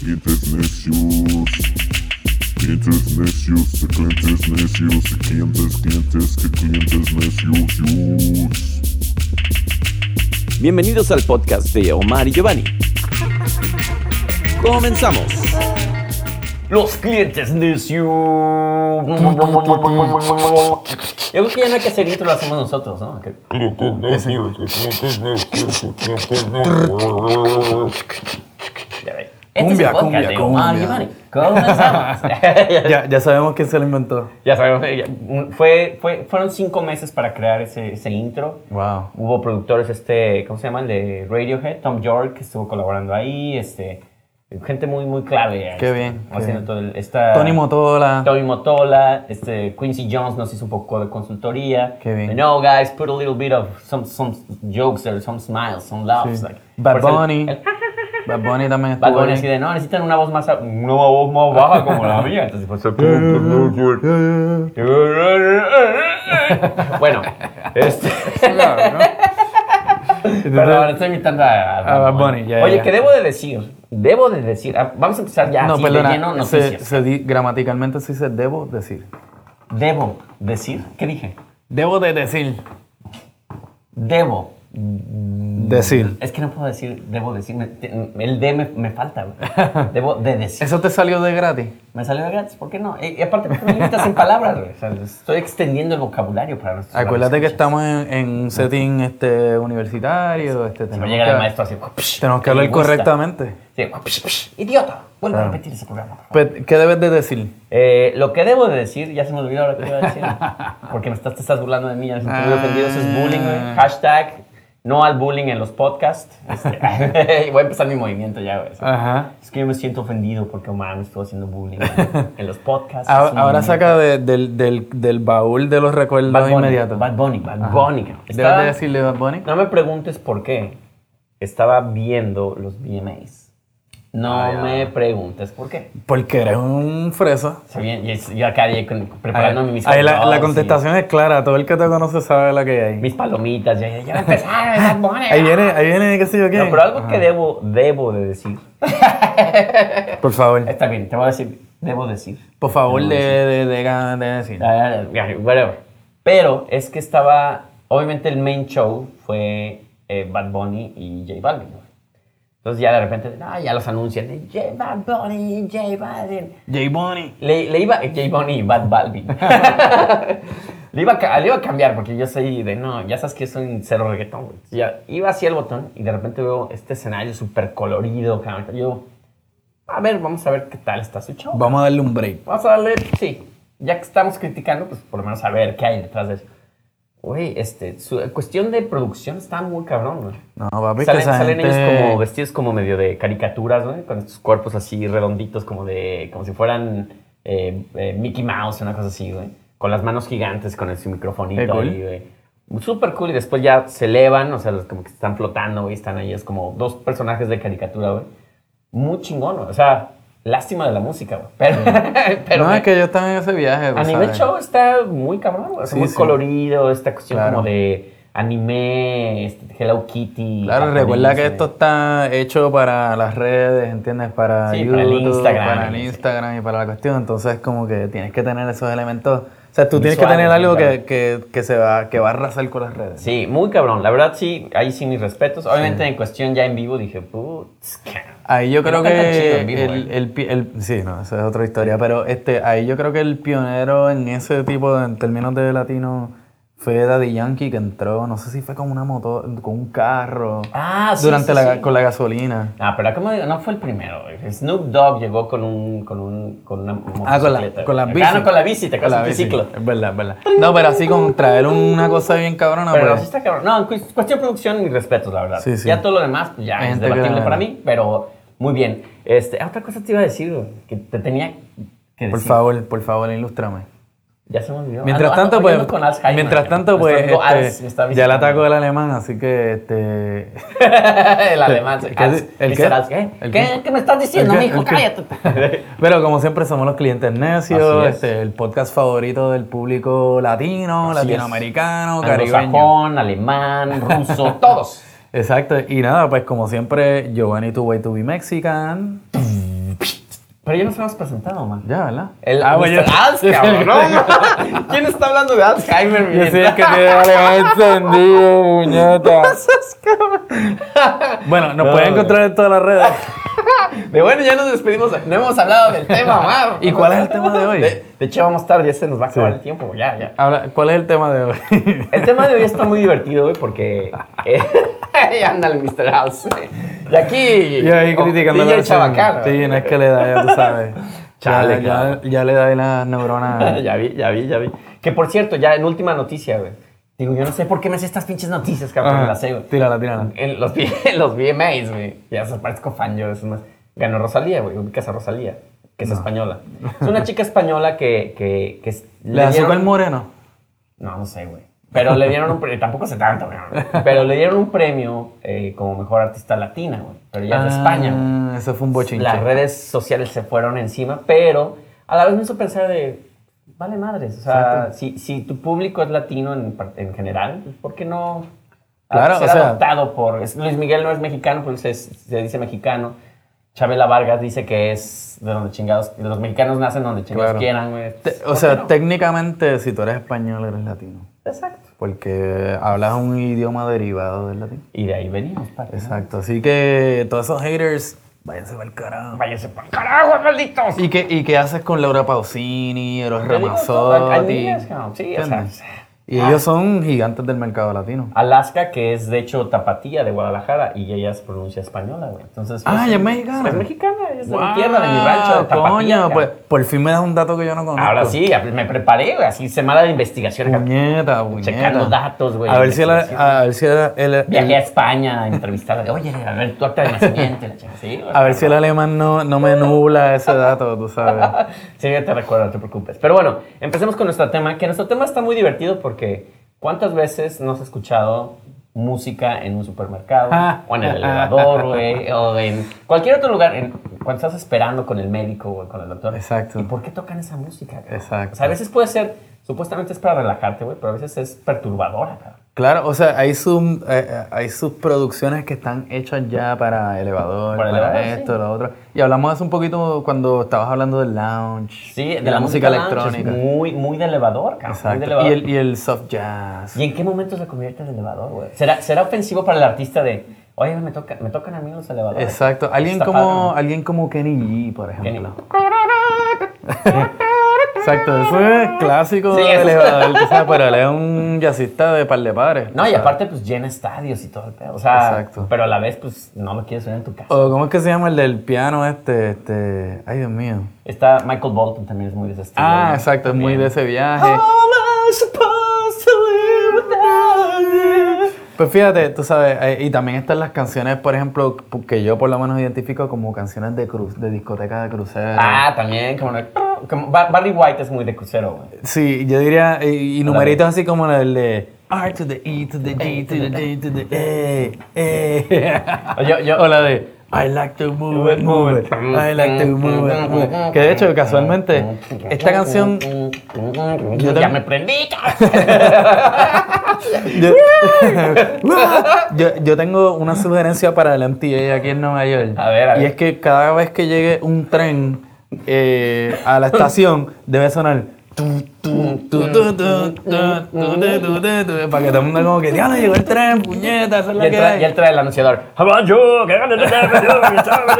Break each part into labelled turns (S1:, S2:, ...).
S1: Clientes necios. Clientes necios, de clientes necios, de clientes, clientes, que clientes necios. yus.
S2: Bienvenidos al podcast de Omar y Giovanni. Comenzamos. Los clientes necios. Yo creo que ya no hay que hacer intro, lo hacemos nosotros, ¿no? Que- ya ve. Este
S3: Cumbia,
S2: es el podcast
S3: cumbia,
S2: de Omar y Giovanni. Comenzamos.
S3: Ya, ya sabemos quién se lo inventó.
S2: ya sabemos, eh, ya, un- fue, fue, fueron cinco meses para crear ese, ese intro.
S3: Wow.
S2: Hubo productores, este, ¿cómo se llama? El de Radiohead, Tom York, que estuvo colaborando ahí, este, gente muy, muy clave.
S3: Qué
S2: este,
S3: bien, qué
S2: haciendo
S3: bien.
S2: todo el- esta-
S3: Tony Motola.
S2: Tony Motola, este, Quincy Jones nos hizo un poco de consultoría.
S3: Qué bien.
S2: You know, guys, put a little bit of some, some jokes there, some smiles, some laughs.
S3: Sí.
S2: like-
S3: Bad
S2: por eso el-
S3: Bunny.
S2: el-
S3: Bad Bunny también estuvo
S2: Bad Bunny
S3: ahí.
S2: así de, no, necesitan una voz más, a- una voz más baja como la mía. Entonces, pues, bueno, este...
S3: Claro, ¿no?
S2: Perdón, estoy imitando a,
S3: A Bad Bunny, ya,
S2: Oye,
S3: ya.
S2: que debo de decir, debo de decir, ah, vamos a empezar ya
S3: No,
S2: así, de lleno
S3: perdona. Se,
S2: noticias.
S3: se di- gramaticalmente sí se debo decir.
S2: Debo decir, ¿qué dije?
S3: Debo de decir.
S2: Debo.
S3: Decir.
S2: Es que no puedo decir, debo decir, me- te- el de me, me falta, güey. Debo de decir.
S3: Eso te salió de gratis.
S2: Me salió de gratis, ¿por qué no? Eh, Y aparte, ¿por qué me limitas en palabras, güey? O sea, estoy extendiendo el vocabulario para nuestros
S3: Acuérdate que
S2: radioescuchas.
S3: estamos en, en un setting este, universitario. Este,
S2: Va a
S3: tenemos,
S2: llegar el
S3: que,
S2: maestro así. "Psh,
S3: tenemos que
S2: me
S3: hablar
S2: gusta".
S3: correctamente.
S2: Sí, "Psh, psh, idiota, vuelve a
S3: Claro.
S2: repetir ese programa. por favor.
S3: Pe- Pues, ¿Qué debes de decir?
S2: Eh, lo que debo de decir, ya se me olvidó ahora que iba a decir, porque me estás, te estás burlando de mí, ya me estoy ofendido, eso es bullying, güey.
S3: Ah.
S2: hashtag no al bullying en los podcasts. Este, voy a empezar mi movimiento ya, güey.
S3: Ajá.
S2: Es que yo me siento ofendido porque Omar me estuvo haciendo bullying en los podcasts.
S3: Ah,
S2: es un
S3: Ahora
S2: movimiento.
S3: saca de- del, del, del baúl de los recuerdos
S2: Bad Bunny,
S3: inmediatos.
S2: Bad Bunny, Bad Bunny. cabrón.
S3: ¿Debes
S2: Estaba-
S3: de decirle Bad Bunny?
S2: No me preguntes por qué. Estaba viendo los VMAs. No
S3: Ah,
S2: me preguntes por qué.
S3: Porque eres un fresa.
S2: O sea, bien, y- y Yo acá ya con- preparando
S3: Ahí-
S2: mis
S3: ahí la,
S2: hot dogs
S3: la
S2: y-
S3: contestación es clara, todo el que te conoce sabe la que hay.
S2: mis palomitas, ya, ya, ya va a empezar, Bad Bunny. ah.
S3: Ahí viene, ahí viene, qué sé yo qué.
S2: No, pero algo
S3: Ajá.
S2: que debo, debo de decir.
S3: Por favor,
S2: Está bien, te voy a decir, debo decir.
S3: por favor, de, de, de, de- de decir.
S2: Ah, yeah, Whatever. Pero es que estaba, obviamente el main show fue eh, Bad Bunny y J Balvin. ¿no? Entonces ya de repente, ah, ya los anuncian, eh, J Bad Bunny, J Balvin.
S3: J Bunny.
S2: Le, le iba, eh, J Bunny y Bad Balvin. le, iba a, ca- le iba a cambiar porque yo soy de, no, ya sabes que soy un cero reggaetón. güey. Ya, iba hacia el botón y de repente veo este escenario súper colorido. cabrón. Yo, a ver, vamos a ver qué tal está su show.
S3: Vamos a darle un break.
S2: Vamos a darle, sí, ya que estamos criticando, pues por lo menos a ver qué hay detrás de eso. Güey, este, su cuestión de producción está muy cabrón, güey.
S3: No, papi, que
S2: Salen,
S3: esa
S2: salen
S3: gente-
S2: ellos como vestidos como medio de caricaturas, güey, con estos cuerpos así redonditos, como de. como si fueran eh, eh, Mickey Mouse, una cosa así, güey. Con las manos gigantes, con el, su
S3: Qué
S2: microfonito
S3: Eh, cool.
S2: ahí, güey. Súper cool. Y después ya se elevan, o sea, los como que están flotando, güey. Están ahí, es como dos personajes de caricatura, güey. Muy chingón, güey. O sea, lástima de la música, güey. Pero, pero
S3: no,
S2: me-
S3: es que ellos están en ese viaje.
S2: a
S3: pues,
S2: nivel
S3: ¿sabes?
S2: show está muy cabrón, güey. O sea,
S3: Sí,
S2: muy
S3: sí.
S2: colorido, esta cuestión
S3: Claro.
S2: como de anime, este, Hello Kitty.
S3: Claro,
S2: japonés,
S3: recuerda que
S2: güey.
S3: esto está hecho para las redes, ¿entiendes? Para
S2: Sí, para
S3: YouTube,
S2: el Instagram,
S3: para el
S2: sí.
S3: Instagram y para la cuestión. Entonces, como que tienes que tener esos elementos. O sea, tú tienes que
S2: Visuales,
S3: tener algo
S2: claro.
S3: que, que, que se va, que va a arrasar con las redes.
S2: Sí, muy cabrón. La verdad, sí, ahí sí mis respetos. Obviamente, en cuestión ya en vivo dije, putz, cabrón".
S3: Ahí yo
S2: Pero
S3: creo
S2: canta chido
S3: que
S2: en vivo, eh.
S3: el, el pi- el- sí, no, esa es otra historia, pero este ahí yo creo que el pionero en ese tipo de, en términos de latino fue Daddy Yankee que entró, no sé si fue con una moto, con un carro
S2: Ah, sí,
S3: durante
S2: sí,
S3: la
S2: sí.
S3: con la gasolina.
S2: Ah, pero como digo, no fue el primero. güey. Snoop Dogg llegó con un, con un, con una
S3: Ah, con
S2: motocicleta,
S3: la, con la
S2: güey.
S3: bici.
S2: Ah, no, con la bici, te con la
S3: bici.
S2: biciclo.
S3: Es verdad, es verdad. No, pero así con traer una cosa bien cabrona,
S2: Pero
S3: pues,
S2: sí está cabrón. No, en cu- cuestión de producción, mis respetos, la verdad.
S3: Sí, sí.
S2: Ya todo lo demás, pues, ya
S3: Hay
S2: es
S3: gente que-
S2: debatible para mí, pero muy bien. Este, ah, otra cosa te iba a decir, güey, que te tenía que decir.
S3: por favor, por favor, ilústrame.
S2: Ya se me olvidó. Ah,
S3: Mientras
S2: Ando- ando
S3: tanto, pues,
S2: oyendo con Alzheimer,
S3: mientras
S2: cabrón.
S3: tanto, pues,
S2: Nuestro amigo Alz
S3: este,
S2: me está
S3: ya la
S2: visitando.
S3: ataco del alemán, así que, este,
S2: el alemán.
S3: ¿El
S2: se-
S3: qué?
S2: Alz,
S3: ¿El
S2: Mr.
S3: qué?
S2: Alz, ¿Qué?
S3: ¿El
S2: ¿Qué?
S3: qué?
S2: ¿Qué me estás diciendo,
S3: ¿El qué?
S2: mijo?
S3: ¿El qué?
S2: Cállate.
S3: Pero como siempre somos los clientes necios,
S2: Así es.
S3: este, el podcast favorito del público latino,
S2: Así es.
S3: latinoamericano, caribeño.
S2: Anglosajón, alemán, ruso, todos.
S3: Exacto, y nada, pues como siempre, Giovanni tu way to be Mexican.
S2: Pero ya nos hemos presentado, man.
S3: Ya, ¿verdad?
S2: El,
S3: ah, bueno, yo-
S2: Alz,
S3: yo soy el
S2: cabrón.
S3: que-
S2: ¿no? ¿Quién está hablando de Alzheimer, mi
S3: Yo soy el que tiene la lengua encendido, puñeta. Bueno, nos
S2: No,
S3: pueden
S2: güey.
S3: encontrar en todas las redes.
S2: De bueno, ya nos despedimos. No hemos hablado del tema, man.
S3: ¿Y cuál es el tema de hoy?
S2: De, de hecho, vamos tarde, ya se nos va a acabar
S3: Sí.
S2: el tiempo, ya, ya.
S3: Ahora, ¿cuál es el tema de hoy?
S2: El tema de hoy está muy divertido, güey, porque. eh, ándale, Mr. House. Y aquí.
S3: Y ahí
S2: oh,
S3: criticando
S2: DJ
S3: la
S2: Chabacano.
S3: Sí, no es que le da, ya tú sabes.
S2: Chale,
S3: ya, ya, ya le da ahí las neuronas.
S2: ya vi, ya vi, ya vi. Que por cierto, ya en última noticia, güey. Digo, yo no sé por qué me sé estas pinches noticias, cabrón, me
S3: Ajá,
S2: las sé, güey.
S3: Ah, Tírala, tírala.
S2: En los, en los VMAs, güey. Ya se parezco fan yo, es más. Ganó Rosalía, güey. Ubicas a Rosalía, que es española. Es una chica española que. que, que es-
S3: Le azúcar
S2: dieron-
S3: el moreno.
S2: No, no sé, güey. Pero le dieron un premio. Tampoco sé tanto, güey. Pero le dieron un premio eh, como mejor artista latina, güey. Pero ya es de España, güey
S3: Ah, Eso fue un bochinche.
S2: las redes sociales se fueron encima, pero a la vez me hizo pensar de, vale madres, o sea,
S3: Exacto.
S2: si, si tu público es latino en, par- en general, ¿por qué no
S3: Claro,
S2: ser
S3: o sea-
S2: adoptado por... es- Luis Miguel no es mexicano, pues se, se dice mexicano. Chabela Vargas dice que es de donde chingados... Los mexicanos nacen donde chingados
S3: Claro.
S2: quieran, güey.
S3: Te-
S2: ¿Por
S3: o
S2: qué
S3: sea,
S2: no?
S3: técnicamente, si tú eres español, eres latino.
S2: Exacto.
S3: Porque hablas un idioma derivado del latín.
S2: Y de ahí venimos, padre.
S3: Exacto. Así que todos esos haters, váyanse para el carajo.
S2: Váyase por carajo, malditos.
S3: ¿Y qué, ¿Y qué haces con Laura Pausini, Eros
S2: Te digo,
S3: Ramazzotti?
S2: hay niñas, cabrón. Sí, o sea,
S3: ¿Entiendes? Y ellos son gigantes del mercado latino.
S2: Alaska, que es de hecho tapatía de Guadalajara, y ella se pronuncia española, güey. Entonces,
S3: Ah,
S2: pues,
S3: ella es mexicana.
S2: Es mexicana, ella es de mi
S3: Guau,
S2: tierra, de mi rancho, de tapatía.
S3: Coño,
S2: cabrón.
S3: pues, por fin me das un dato que yo no pues. conozco.
S2: Ahora sí, ya me preparé, güey, así semana de investigación. acá.
S3: Puñeta, puñeta.
S2: Checando datos, güey.
S3: A ver si la- a ver si la- el, el-
S2: Viajé a España a entrevistarla. de, Oye, a ver, tu acta de nacimiento. y la chica, sí, güey.
S3: a ver si el alemán no, no me nubla ese dato, tú sabes.
S2: Sí, yo te recuerdo, no te preocupes. Pero bueno, empecemos con nuestro tema, que nuestro tema está muy divertido porque ¿cuántas veces no has escuchado música en un supermercado
S3: Ah.
S2: o en el elevador, güey, o en cualquier otro lugar, en- cuando estás esperando con el médico o con el doctor?
S3: Exacto.
S2: ¿Y por qué tocan esa música? cabrón?
S3: Exacto.
S2: O sea, a veces puede ser, supuestamente es para relajarte, güey, pero a veces es perturbadora, cabrón.
S3: Claro, o sea, hay, sus- eh, eh, hay sus producciones que están hechas ya para elevador,
S2: Para
S3: para,
S2: elevador,
S3: esto,
S2: sí.
S3: lo otro. Y hablamos hace un poquito cuando estabas hablando del lounge.
S2: Sí,
S3: y
S2: de la, música, lounge, es Muy, muy de elevador, cabrón. Muy
S3: Exacto.
S2: de elevador.
S3: Y el, y el soft jazz.
S2: ¿Y en qué momento se convierte en elevador, güey? ¿Será, ¿Será ofensivo para el artista de, oye, me, toca, me tocan a mí los elevadores?
S3: Exacto. Alguien
S2: Está
S3: como,
S2: padre,
S3: alguien como Kenny G, por
S2: ¿no?
S3: ejemplo. Exacto, eso es clásico
S2: Sí,
S3: de
S2: eso.
S3: elevador, tú sabes, pero él es un jazzista de par de pares.
S2: No, y aparte, pues llena estadios y todo el pedo. O sea,
S3: Exacto. Oh.
S2: pero a la vez, pues no lo quieres ver en tu casa.
S3: O cómo es que se llama el del piano este, este. Ay, Dios mío.
S2: Está Michael Bolton también, es muy de ese estilo,
S3: Ah,
S2: ¿no?
S3: exacto, es muy de ese viaje.
S2: How am I supposed to live without you?
S3: Pues fíjate, tú sabes, eh, y también están las canciones, por ejemplo, que yo por lo menos identifico como canciones de cruz, de discoteca de crucero.
S2: Ah, también, como, no- como Bar- Barry White es muy de crucero, güey.
S3: Sí, yo diría, y, y numeritos así como el de R to the E to the G to the D to the E, E.
S2: O yo- yo-
S3: o la de I like to move it, move it, I like to move it, move it. Que de hecho, casualmente, esta canción, Yo
S2: ya
S3: tam-
S2: me prendí.
S3: yo, yo, yo tengo una sugerencia para el MTA aquí en Nueva York.
S2: A ver, a
S3: Y
S2: ver.
S3: es que cada vez que llegue un tren eh, a la estación, debe sonar... tu, tu, tu, tu, tu, tu, tu, tu, tu, tu, Para que todo el mundo como que, ya llegó el tren, puñeta, esa es
S2: Y
S3: la
S2: él,
S3: que
S2: trae,
S3: hay".
S2: y él trae el anunciador.
S3: Ah,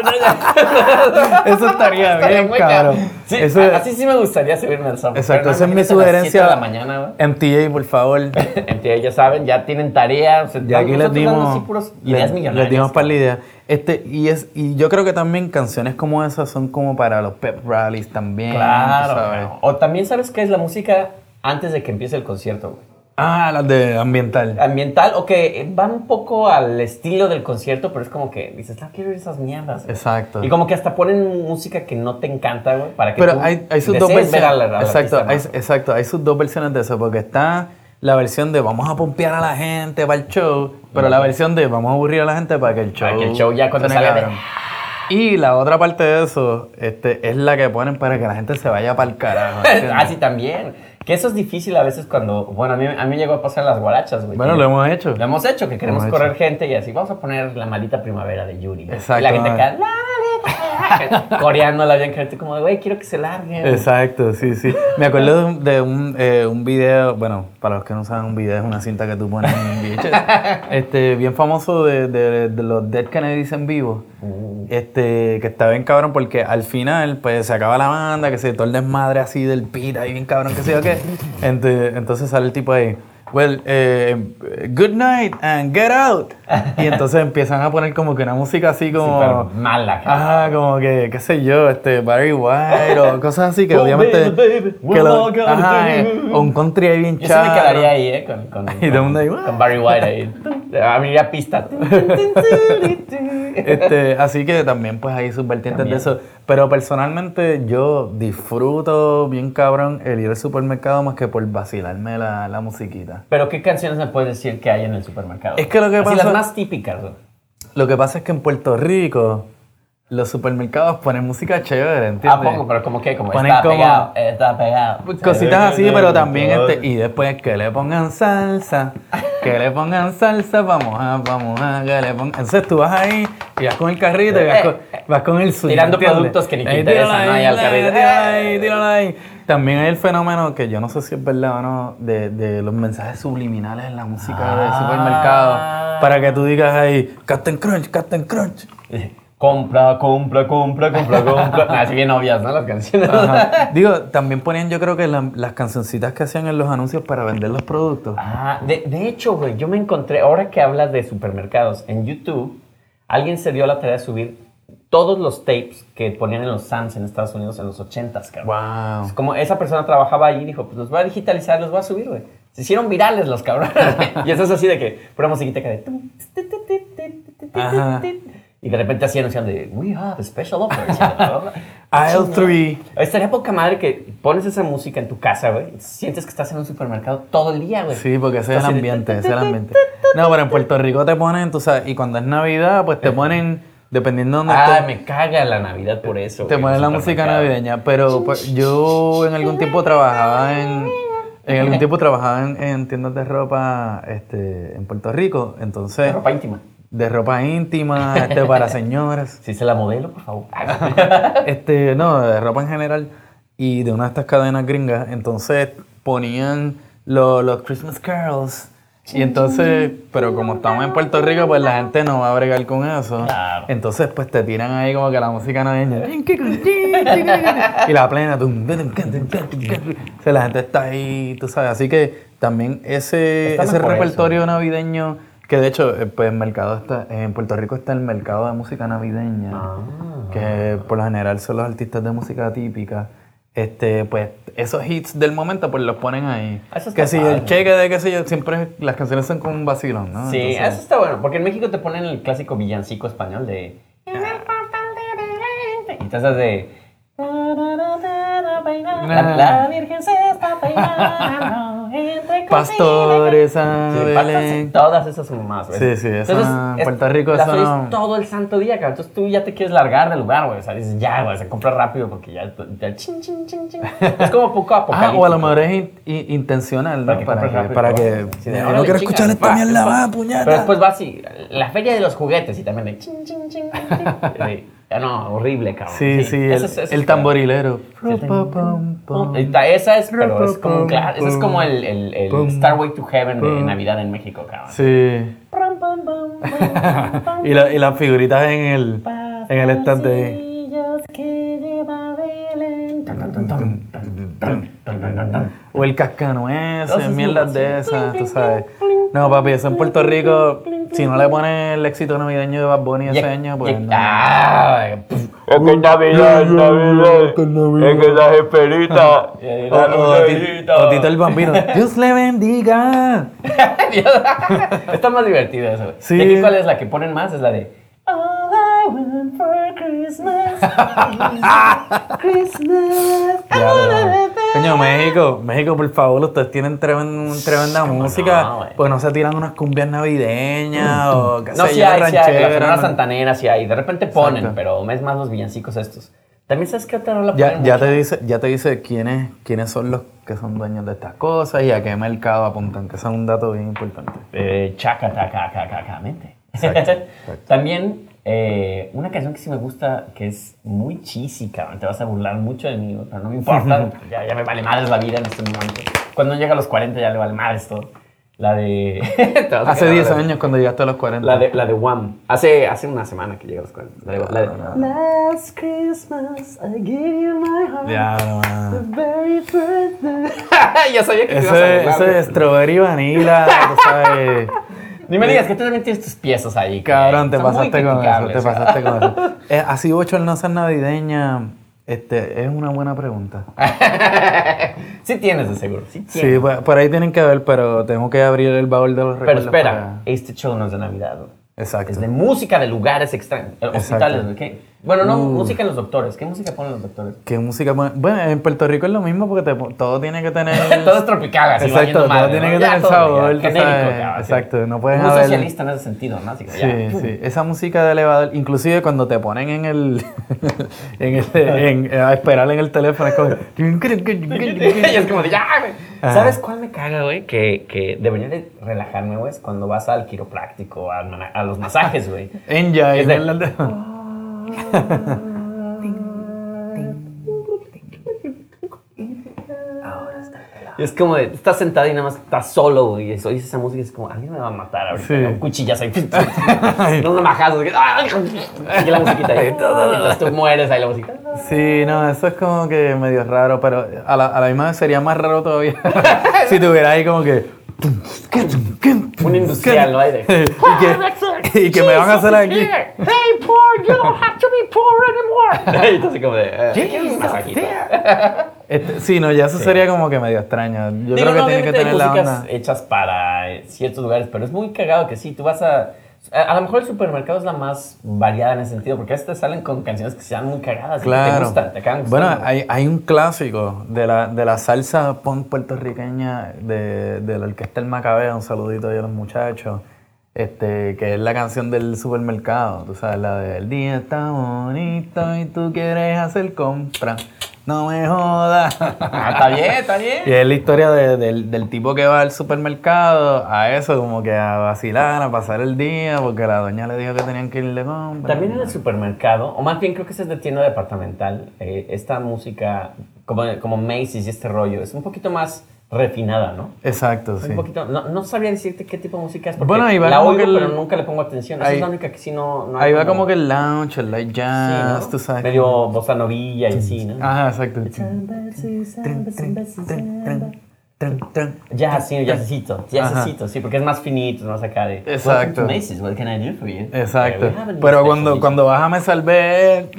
S3: Eso estaría bien, cabrón.
S2: Sí,
S3: Eso-
S2: a- así sí me gustaría subirme al software.
S3: Exacto, esa es mi
S2: A
S3: sugerencia.
S2: las 7 de la mañana, ¿no?
S3: MTA, por favor.
S2: Entiendo, ya saben, ya tienen tarea. o sea,
S3: Y aquí les
S2: nosotros dando así
S3: dimos,
S2: puros ideas
S3: les, les
S2: millonarias.
S3: dimos para la idea. Este, y, es, y yo creo que también canciones como esas son como para los pep rallies también. tú
S2: Claro.
S3: sabes.
S2: claro. O también, ¿sabes qué es la música antes de que empiece el concierto, güey?
S3: Ah, las de ambiental.
S2: Ambiental, o que eh, van un poco al estilo del concierto, pero es como que dices, no quiero ir a esas mierdas. güey".
S3: Exacto.
S2: Y como que hasta ponen música que no te encanta, güey, para que
S3: Pero
S2: tú
S3: hay, hay sus dos
S2: desees ver
S3: versiones.
S2: al- al
S3: exacto,
S2: artista
S3: hay,
S2: más.
S3: exacto, hay sus dos versiones de eso, porque está la versión de vamos a pompear a la gente para el show, pero la versión de vamos a aburrir a la gente para que el show.
S2: Para que el show ya cuando
S3: suene
S2: salga de-
S3: cabrón. Y la otra parte de eso este, es la que ponen para que la gente se vaya para el carajo. ¿entiendes?
S2: Así ah, también. Que eso es difícil a veces cuando. Bueno, a mí, a mí llegó a pasar en las guarachas, güey.
S3: Bueno,
S2: Que
S3: lo hemos hecho.
S2: lo hemos hecho, que queremos
S3: hemos
S2: correr
S3: hecho.
S2: gente y así. Vamos a poner la maldita primavera de Yuri. ¿no?
S3: Exacto.
S2: Y la gente acá. "La coreano la bien gente como de, güey, quiero que se largue.
S3: Exacto, sí, sí. Me acuerdo de un, de un, eh, un video, bueno, para los que no saben, un video es una cinta que tú pones en un VHS. Este, bien famoso de, de- de los Dead Kennedys en vivo. Este, que está bien cabrón porque al final, pues se acaba la banda, que se todo el desmadre así del pita ahí bien cabrón, que sé yo qué. Ente- entonces sale el tipo ahí. Well, eh, good night and get out. Y entonces empiezan a poner como que una música así como.
S2: Súper mala. cara.
S3: Ajá, Ah, como que, qué sé yo, este, Barry White o cosas así que
S2: Oh,
S3: obviamente.
S2: baby, baby,
S3: que
S2: we're all gonna
S3: ajá,
S2: do.
S3: eh, o un country ahí bien
S2: Yo sí me
S3: charro.
S2: quedaría ahí, ¿eh? Con, con,
S3: Y todo el mundo ahí,
S2: con- con Barry White ahí. Abriría pista.
S3: Este, así que también, pues hay sus vertientes de eso. Pero personalmente, yo disfruto bien cabrón el ir al supermercado más que por vacilarme la, la musiquita.
S2: Pero, ¿qué canciones me puedes decir que hay en el supermercado?
S3: Es que lo que
S2: Así,
S3: pasa-
S2: las más típicas, güey.
S3: Lo que pasa es que en Puerto Rico, los supermercados ponen música chévere, ¿entiendes?
S2: Ah, poco, pero como que, como
S3: Ponen
S2: está
S3: como-
S2: pegado, está pegado.
S3: Pues Cositas así, pero también este. Y después que le pongan salsa. Que le pongan salsa, vamos a, vamos a, que le pongan. Entonces tú vas ahí y vas con el carrito y vas con, vas con el swing.
S2: Eh, Tirando
S3: ¿entiendes?
S2: productos que ni te
S3: Ahí,
S2: interesan,
S3: tírala
S2: ¿no?
S3: ahí,
S2: Y al
S3: tírala ahí,
S2: carrito.
S3: tírala ahí, tírala ahí. También hay el fenómeno que yo no sé si es verdad o no, de, de los mensajes subliminales en la música del
S2: Ah.
S3: supermercado. Para que tú digas ahí, Captain Crunch, Captain Crunch.
S2: Compra, compra, compra, compra, compra. Ah, Así bien obvias, ¿no? Las canciones.
S3: Ajá. Digo, también ponían yo creo que la- las cancioncitas que hacían en los anuncios para vender los productos.
S2: Ah, de, de hecho, güey, yo me encontré, ahora que hablas de supermercados, en YouTube, alguien se dio la tarea de subir todos los tapes que ponían en los Sams en Estados Unidos en los 80s, cabrón.
S3: Wow.
S2: Es Como esa persona trabajaba allí y dijo, pues los voy a digitalizar, los voy a subir, güey. Se hicieron virales los cabrones. y eso es así de que, pura musiquita que de... tum, tit, tit, tit, tit, tit, tit,
S3: Ajá.
S2: tit. Y de repente así anunciando de, we have special offers. Chingado.
S3: Aisle 3.
S2: Estaría poca madre que pones esa música en tu casa, güey. y Sientes que estás en un supermercado todo el día, güey.
S3: Sí, porque ese es el
S2: Entonces,
S3: ambiente, ese es el ambiente. No, pero en Puerto Rico te ponen, tú sabes, y cuando es Navidad, pues te ponen, dependiendo de dónde
S2: Este. Ah,
S3: estés,
S2: me caga la Navidad por eso.
S3: te
S2: güey,
S3: ponen
S2: el
S3: la música
S2: supermercado.
S3: navideña. Pero pues, yo en algún tiempo trabajaba en. En algún tiempo trabajaba en, en tiendas de ropa este, en Puerto Rico, entonces,
S2: Ropa íntima.
S3: de ropa íntima, este, para señoras.
S2: Si se la modelo, por favor.
S3: Este, no, de ropa en general y de una de estas cadenas gringas. Entonces ponían lo- los Christmas carols. Y entonces, pero como estamos en Puerto Rico, pues la gente no va a bregar con eso.
S2: Claro.
S3: Entonces, pues te tiran ahí como que la música navideña. Y la plena. tum, tum, tum, tum, tum, tum. O sea, la gente está ahí, tú sabes. Así que también ese,
S2: Está
S3: ese
S2: mejor eso.
S3: repertorio navideño, que de hecho, eh, pues el mercado está, en Puerto Rico está el mercado de música navideña
S2: Ah.
S3: que por lo general son los artistas de música típica, este, pues esos hits del momento pues los ponen ahí.
S2: Eso está
S3: Que si
S2: padre.
S3: el cheque de qué sé yo, siempre las canciones son como un vacilón, ¿no?
S2: Sí,
S3: Ah, Entonces,
S2: eso está bueno, porque en México te ponen el clásico villancico español de... Y te haces de... La, la Virgen se está peinando entre
S3: Pastores Ah, a
S2: Sí,
S3: Belén.
S2: pastas, todas esas son más, güey.
S3: Sí, sí, eso no, en
S2: es-
S3: Puerto Rico
S2: las
S3: eso
S2: oyes
S3: no.
S2: todo el santo día, cabrón. Entonces tú ya te quieres largar del lugar, güey. O sea, dices, ya, güey, se compra rápido porque ya, ya chin, chin, chin, chin. Es como poco a poco.
S3: Ah, o a lo mejor es in- in- intencional, ¿no?
S2: Para que compres
S3: Para que,
S2: rápido.
S3: para que-
S2: Sí, de,
S3: no
S2: órale,
S3: quiero
S2: chinga,
S3: escuchar esta
S2: va,
S3: mierda,
S2: después-
S3: va, puñeta.
S2: Pero después vas y la feria de los juguetes y también de chin, chin, chin, chin, chin. Sí. Ah, no, horrible, cabrón.
S3: Sí, sí, el,
S2: Eso es- eso
S3: el
S2: es-
S3: tamborilero.
S2: Sí, ten- Ahorita Esa es, pero es como un cla- ese es como el, el, el
S3: Pum.
S2: Starway to Heaven de
S3: Pum.
S2: Navidad en México, cabrón.
S3: Sí.
S2: Prum, pum, pum, pum, pum.
S3: y, la- y las figuritas en el, en el estante ahí. O el
S2: Todas
S3: cascanueces,
S2: esas
S3: mierdas de
S2: mierdas, sí.
S3: esas, tú sabes. No, papi, eso en Puerto Rico, si no le pones el éxito navideño de Bad Bunny
S2: Y-
S3: ese año,
S2: y-
S3: pues no.
S2: ah, puf.
S4: Es que es Navidad, es Navidad. Es que las esperitas.
S2: Eh,
S3: O,
S2: la
S3: o
S2: luna
S3: Ti-
S2: grita.
S3: o Tito el Bambino. Dios le bendiga.
S2: Está más divertido eso. güey.
S3: Sí.
S2: ¿Y aquí cuál es la que ponen más? Es la de.
S3: Ya, ya. Coño, México, México, por favor, ustedes tienen tremen- tremenda música.
S2: no, güey.
S3: pues no se tiran unas cumbias navideñas o qué
S2: No,
S3: sé
S2: sí
S3: yo,
S2: hay, sí hay. La
S3: rancheras,
S2: Sonora
S3: ¿no?
S2: Santanera sí hay. De repente ponen,
S3: Exacto.
S2: pero es más los villancicos estos. También sabes que otra no la
S3: Ya,
S2: ponen
S3: ya
S2: mucho?
S3: te dice, ya te dice quiénes, quiénes son los que son dueños de estas cosas y a qué mercado apuntan, que eso es un dato bien importante.
S2: Eh, chaca, taca, caca, mente.
S3: Exacto, exacto.
S2: También Eh, una canción que sí me gusta, que es muy cheesy, cabrón. Te vas a burlar mucho de mí, güey, pero no me importa. ya, ya me vale madres la vida en este momento. Cuando llega a los 40 ya le vale madres todo. La de... te vas a
S3: Hace
S2: quedar,
S3: 10
S2: güey.
S3: años cuando llegaste a los 40.
S2: La de, la de Wham. Hace, hace una semana que llega a los 40. La de, la de- Last Christmas, I gave you my heart.
S3: Ya, no,
S2: The
S3: mano.
S2: very first day. ya sabía que te ibas a
S3: Ese,
S2: burlar,
S3: ese
S2: güey.
S3: de strawberry vanilla, tú sabes.
S2: Ni me digas que tú también tienes tus piezas ahí.
S3: Cabrón, te
S2: que son muy
S3: pasaste con eso, te
S2: criticables,
S3: pasaste con eso. Eh, ¿Así ocho hornazas navideña? Este, es una buena pregunta.
S2: sí tienes, de seguro. Ah, Sí tienes.
S3: Sí, pues, por, por ahí tienen que ver, pero tengo que abrir el baúl de los
S2: Pero
S3: recuerdos.
S2: espera,
S3: para-
S2: este show no es de Navidad, güey.
S3: Exacto.
S2: Es de música de lugares extraños, eh, hospitales, güey. ¿qué? Bueno, no,
S3: Uh.
S2: música en los doctores. ¿Qué música ponen los doctores?
S3: ¿Qué música pone? Bueno, en Puerto Rico es lo mismo porque te pon- todo tiene que tener.
S2: Todo es tropical, así
S3: Pues Exacto,
S2: valiendo
S3: todo
S2: madre,
S3: tiene
S2: ¿no?
S3: que
S2: Ya
S3: tener
S2: todo,
S3: sabor.
S2: ya,
S3: tú
S2: genérico,
S3: sabes.
S2: cabrón, sí.
S3: Exacto, no puedes
S2: Muy
S3: haber.
S2: socialista en ese sentido, ¿no? Así que ya.
S3: Sí, sí. Esa música de elevador, inclusive cuando te ponen en el. en el- en- a esperar en el teléfono, es como.
S2: y es como de, ya, güey.
S3: Ajá.
S2: ¿Sabes cuál me caga, güey? Que, que debería de relajarme, güey, es cuando vas al quiropráctico, al mana- a los masajes, güey.
S3: En ya,
S2: Es
S3: en
S2: de-
S3: el-
S2: Y es como de, estás sentado y nada más estás solo, güey. y es- Oyes esa música y es como, alguien me va a matar ahorita.
S3: Sí.
S2: Con cuchillas ahí. no me majas. Y la musiquita ahí. Entonces tú mueres ahí la música.
S3: Sí, no, eso es como que medio raro, pero a la, a la misma vez sería más raro todavía si tuviera ahí como que...
S2: Un industrial, ¿no? Ahí de-
S3: y, que, y que me van a hacer aquí.
S2: Hey, poor, you don't have to be poor anymore. y entonces como de, eh, ¿quieres un masajito?
S3: Este, sí, no, ya eso sería como que medio extraño. Yo
S2: Digo,
S3: creo que
S2: no,
S3: tiene que
S2: obviamente hay
S3: tener la
S2: músicas
S3: onda.
S2: hechas para eh, ciertos lugares, pero es muy cagado que sí, tú vas a... A, a lo mejor el supermercado es la más variada en ese sentido, porque a veces te salen con canciones que sean muy cagadas, que te
S3: Claro.
S2: gustan, te acaban
S3: bueno,
S2: gustando.
S3: hay, hay un clásico de la, de la salsa punk puertorriqueña de, de la orquesta El Macabeo, un saludito ahí a los muchachos, este, que es la canción del supermercado, tú sabes, la de El día está bonito y tú quieres hacer compra, no me jodas.
S2: Ah, está bien, está bien.
S3: Y es la historia de- del, del tipo que va al supermercado a eso, como que a vacilar, a pasar el día, porque la doña le dijo que tenían que ir de compra.
S2: También en el supermercado, o más bien creo que esa es de tienda departamental, eh, esta música como, como Macy's y este rollo, es un poquito más refinada, ¿no?
S3: Exacto, sí.
S2: Un poquito, no, no sabría decirte qué tipo de música es, porque
S3: Bueno, ahí va
S2: la
S3: como
S2: oigo,
S3: que el-
S2: pero nunca le pongo atención. Esa
S3: Ahí-
S2: es la única que sí no... no hay
S3: Ahí va como que el lounge, el light jazz,
S2: Sí, ¿no?
S3: tú sabes. Ah.
S2: Medio bossa novilla y así, ¿no?
S3: Ajá, exacto.
S5: Tren, tren, tren, tren.
S2: Ya, sí, jazzcito, jazzcito, sí, porque es más finito, es más acá de... "Welcome to
S3: Exacto.
S2: Macy's, what can I do for you?
S3: Exacto.
S2: Eh, we have a
S3: Pero
S2: special
S3: cuando,
S2: feature.
S3: cuando vas a me salvé.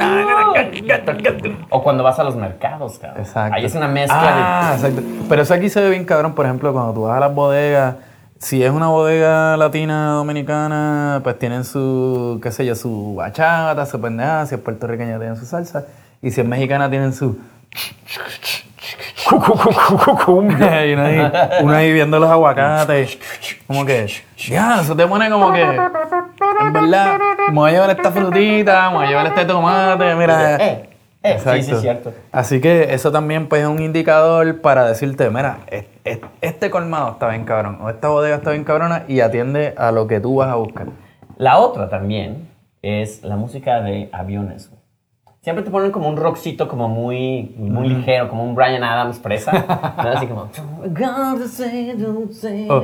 S2: O cuando vas a los mercados, cabrón.
S3: Exacto.
S2: Ahí es una mezcla
S3: Ah, exacto. Pero eso aquí se ve bien cabrón, por ejemplo, cuando tú vas a las bodegas. Si es una bodega latina dominicana, pues tienen su, qué sé yo, su bachata, su pendeja. Si es puertorriqueña, tienen su salsa. Y si es mexicana, tienen su... y uno ahí, uno ahí viendo los aguacates. Como que, ya, eso te pone como que... En verdad, me voy a llevar esta frutita, me voy a llevar este tomate, mira...
S2: de... Eh, eh, sí, sí,
S3: Exacto.
S2: es cierto.
S3: Así que eso también pues, es un indicador para decirte, mira, es- es- este colmado está bien cabrón, o esta bodega está bien cabrona y atiende a lo que tú vas a buscar.
S2: La otra también es la música de aviones. güey. Siempre te ponen como un rockcito como muy, muy ligero, como un Brian Adams presa. ¿no? Así como...
S3: Oh,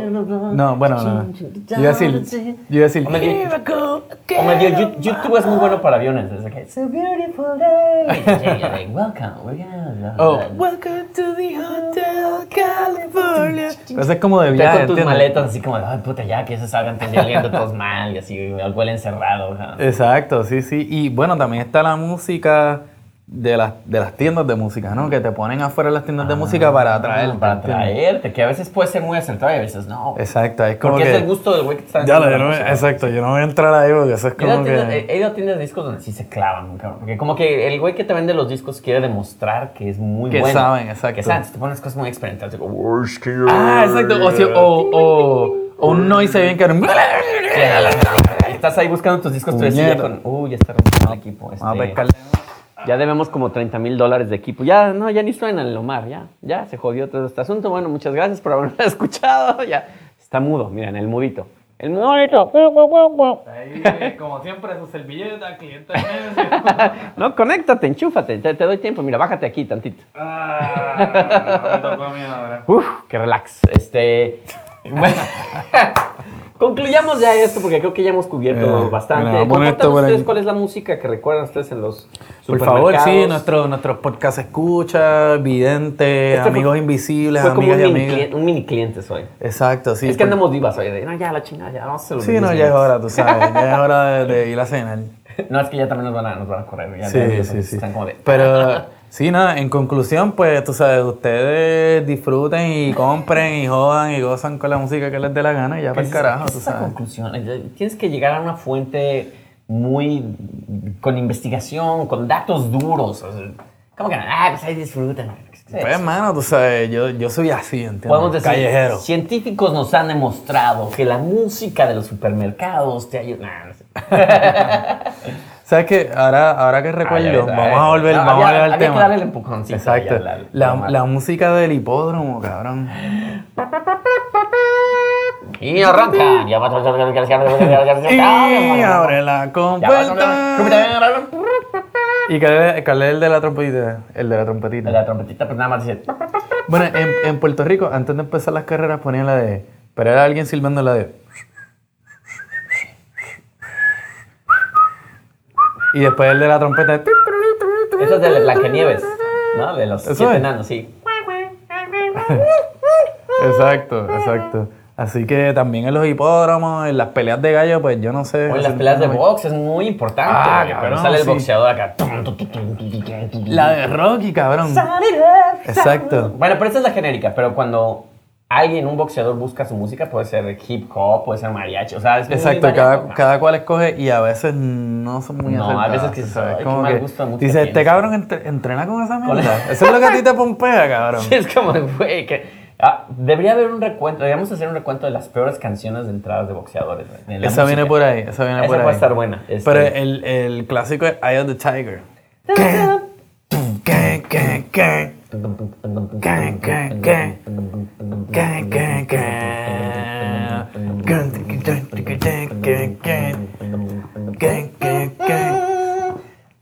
S3: no, bueno, no. Yo iba a decir, yo iba a decir,
S2: O medio, o medio Yu- YouTube es muy bueno para aviones. Es like, "It's a beautiful day". Yeah, yeah, like, welcome, we're gonna-
S3: oh,
S5: Welcome to the Hotel California.
S3: eso es como de
S2: Ve
S3: viaje,
S2: con tus
S3: ¿entiendes?
S2: maletas así como, ay, puta, ya, que se salgan todos oliendo todos mal y así, el huele encerrado. o sea.
S3: Exacto, sí, sí. Y bueno, también está la música de las, de las tiendas de música, ¿no? Que te ponen afuera de las tiendas de música para atraer.
S2: Ah, Para traerte, que a veces puede ser muy acertado y a veces no.
S3: Exacto, Ah, es como
S2: Porque
S3: que...
S2: es el gusto del güey que te está
S3: Ya,
S2: vendiendo
S3: yo
S2: la
S3: no,
S2: música.
S3: exacto, yo no voy a entrar ahí porque eso es
S2: He ido, a
S3: como
S2: tiendas-
S3: que...
S2: he ido a tiendas de discos donde sí se clavan, cabrón. Porque como que el güey que te vende los discos quiere demostrar que es muy
S3: Que
S2: bueno.
S3: saben, exacto.
S2: Que saben, si te pones cosas muy experimentales. digo, "Wow".
S3: Ah, exacto. O, si- o, o, o un noise bien caro.
S2: Estás ahí buscando tus discos, tú decías
S3: Puñeta.
S2: con, uy, ya está rompiendo el equipo. este,
S3: Vamos a pescarle.
S2: Ya debemos como 30 mil dólares de equipo. Ya, no, ya ni suena el Omar, ya. Ya se jodió todo este asunto. Bueno, muchas gracias por haberme escuchado. Ya está mudo, mira, en el mudito. El monito.
S3: Ahí, como siempre, su servilleta, cliente
S2: No, conéctate, enchúfate. Te, te doy tiempo. Mira, bájate aquí tantito.
S3: Ah, me tocó a mí ahora.
S2: Uf, qué relax. Este. bueno, concluyamos ya esto porque creo que ya hemos cubierto
S3: Eh,
S2: bastante.
S3: mira, pon esto
S2: Compartan
S3: por
S2: ustedes
S3: aquí.
S2: cuál es la música que recuerdan ustedes en los
S3: Por favor, sí,
S2: supermercados.
S3: nuestro, nuestro podcast escucha, vidente,
S2: Este fue-
S3: amigos invisibles,
S2: Fue como
S3: amigas
S2: un
S3: y
S2: mini,
S3: amigos.
S2: cliente, un mini clientes hoy.
S3: Exacto, sí.
S2: es que
S3: por-
S2: andamos divas hoy. De, no, ya, la chingada, ya, vamos a hacer los
S3: Sí, no,
S2: mismos".
S3: ya es hora, tú sabes, ya es hora de, de ir a cenar.
S2: No, es que ya también nos van a, nos van a correr. Ya, ya,
S3: Sí,
S2: ya,
S3: sí, sí.
S2: Están como de...
S3: Pero, sí, nada, en conclusión, pues, tú sabes, ustedes disfruten y compren y jodan y gozan con la música que les dé la gana y ya para el
S2: Esa-
S3: carajo,
S2: esa
S3: tú
S2: es la
S3: sabes.
S2: conclusión. Eh, Tienes que llegar a una fuente muy con investigación, con datos duros. o sea, ¿Cómo que? Ah, pues ahí disfrutan.
S3: Pues, hermano, tú sabes, yo, yo soy así, ¿entiendes?
S2: Podemos decir,
S3: Callejero.
S2: científicos nos han demostrado que la música de los supermercados te ayuda. Nah, no sé.
S3: ¿Sabes qué? Ahora, ahora
S2: Ah,
S3: que recuerdo,
S2: Ay, ay, ay.
S3: vamos a volver,
S2: No,
S3: vamos
S2: había-
S3: a volver al
S2: Ah, había
S3: tema.
S2: que darle el empujoncito
S3: Exacto.
S2: ahí al- al-
S3: la,
S2: al-
S3: la música del hipódromo, cabrón.
S2: Y arranca. Ya
S3: Y
S2: va.
S3: abre la
S2: eh.
S3: compuerta. ¿Y cuál es, cuál es el de la trompetita? El de la trompetita.
S2: La trompetita, pues nada más dice.
S3: Bueno, en, en Puerto Rico, antes de empezar las carreras, ponían la de. Pero era alguien silbando la de. Y después el de la trompeta.
S2: Esa es de Blancanieves, ¿no? De los
S3: Eso
S2: siete
S3: es.
S2: enanos, sí.
S3: Exacto, exacto. Así que también en los hipódromos, en las peleas de gallo, pues yo no sé.
S2: O en las peleas de box es muy importante.
S3: Ah,
S2: güey,
S3: cabrón,
S2: cuando sale el
S3: sí.
S2: boxeador acá.
S3: La de Rocky, cabrón. Exacto.
S2: Bueno, pero esta es la genérica, pero cuando alguien, un boxeador, busca su música, puede ser hip hop, puede ser mariachi, o sea, es muy
S3: Exacto,
S2: variado,
S3: cada,
S2: ¿no?
S3: cada cual escoge y a veces no son muy
S2: No, a
S3: acertadas,
S2: veces que
S3: tú
S2: dices,
S3: sabes,
S2: "Ay, qué
S3: como
S2: mal
S3: que
S2: gusto de música
S3: Dices, este
S2: tienes".
S3: cabrón entre- entrena con esa
S2: Con-
S3: mierda. Eso es lo que a ti te pompea, cabrón.
S2: Sí, es como, güey, que... ah, debería haber un recuento, deberíamos hacer un recuento de las peores canciones de entradas de boxeadores. güey, de la
S3: Esa viene por
S2: música.
S3: ahí, esa viene
S2: Esa
S3: por ahí.
S2: puede estar buena, este.
S3: Pero el, el clásico es Eye of the Tiger. ¿Qué? ¿Qué? ¿Qué? ¿Qué? ¿Qué? ¿Qué? ¿Qué? ¿Qué? ¿Qué? ¿Qué? ¿Qué? ¿Qué? ¿Qué? ¿Qué?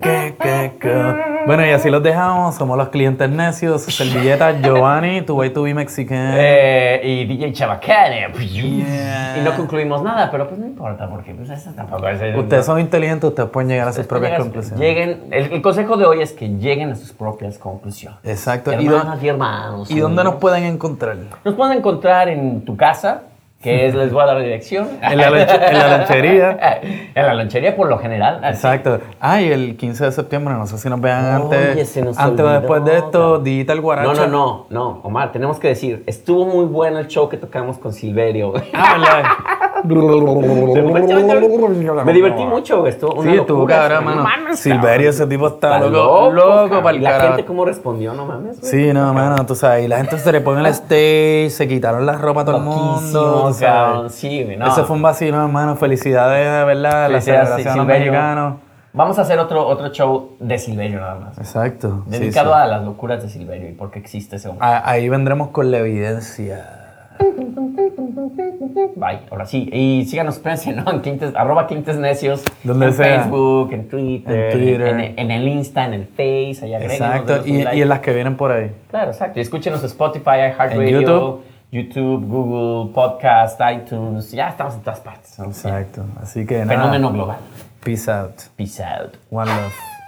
S3: ¿Qué, qué, qué? Bueno, y así los dejamos. Somos los clientes necios. Servilleta, Giovanni, tu way to be mexican.
S2: Eh, y DJ Chabacane.
S3: Yeah.
S2: Y no concluimos nada, pero pues no importa, porque pues esas tampoco es-
S3: ustedes son inteligentes, ustedes pueden llegar a sus
S2: Ustedes
S3: propias
S2: llegan-
S3: conclusiones.
S2: Lleguen, el, el consejo de hoy es que lleguen a sus propias conclusiones.
S3: Exacto. ¿Y, dó-
S2: Hermanas y hermanos.
S3: y dónde nos
S2: amigos.
S3: pueden encontrar?
S2: Nos pueden encontrar en tu casa, que es, les voy a dar la dirección.
S3: En la lonche- en la lonchería.
S2: en la lonchería, por lo general. así.
S3: Exacto. Ay, el 15 de septiembre, no sé si nos vean
S2: Ah, Oye,
S3: antes,
S2: se nos
S3: antes o
S2: olvidó,
S3: después de esto,
S2: cabrón.
S3: Digital
S2: No,
S3: Guaracha.
S2: no, no, no, Omar, tenemos que decir, estuvo muy bueno el show que tocamos con Silverio.
S3: Ah, ¿verdad?
S2: Me divertí mucho, güey. Estuvo una
S3: Sí, estuvo
S2: locura,
S3: cabrón,
S2: güey.
S3: mano.
S2: No mames,
S3: Silverio, ese tipo está
S2: Está
S3: loco, loco
S2: cabrón.
S3: para el
S2: La
S3: carajo.
S2: gente cómo respondió, no mames. güey.
S3: Sí, no, mano, tú sabes, y la gente se le pone el stage, se quitaron la ropa a todo el mundo.
S2: Loquísimo,
S3: tú
S2: cabrón.
S3: sabes.
S2: Sí, güey, no.
S3: Eso fue un vacío, hermano. Felicidades, de verdad, la
S2: Felicidades,
S3: celebración a los
S2: Silverio.
S3: mexicanos.
S2: Vamos a hacer otro, otro show de Silverio nada más.
S3: Exacto. sí,
S2: Dedicado
S3: sí.
S2: a las locuras de Silverio y por qué existe ese hombre.
S3: A- Ahí vendremos con la evidencia.
S2: Bye, ahora sí. Y síganos, espérense, ¿no? En Quintes, arroba Quintes Necios.
S3: Donde
S2: en
S3: sea.
S2: Facebook, en Twitter,
S3: En Twitter.
S2: En, en el Insta, en el Face, ahí agréguenos,
S3: Exacto,
S2: denos un
S3: y,
S2: like.
S3: y en las que vienen por ahí.
S2: Claro, exacto. Y escúchenos Spotify, iHeartRadio,
S3: En YouTube.
S2: YouTube. Google, Podcast, iTunes. Ya estamos en todas partes. ¿no?
S3: Exacto. Así que nada.
S2: Fenómeno global.
S3: Peace out.
S2: Peace out.
S3: One love.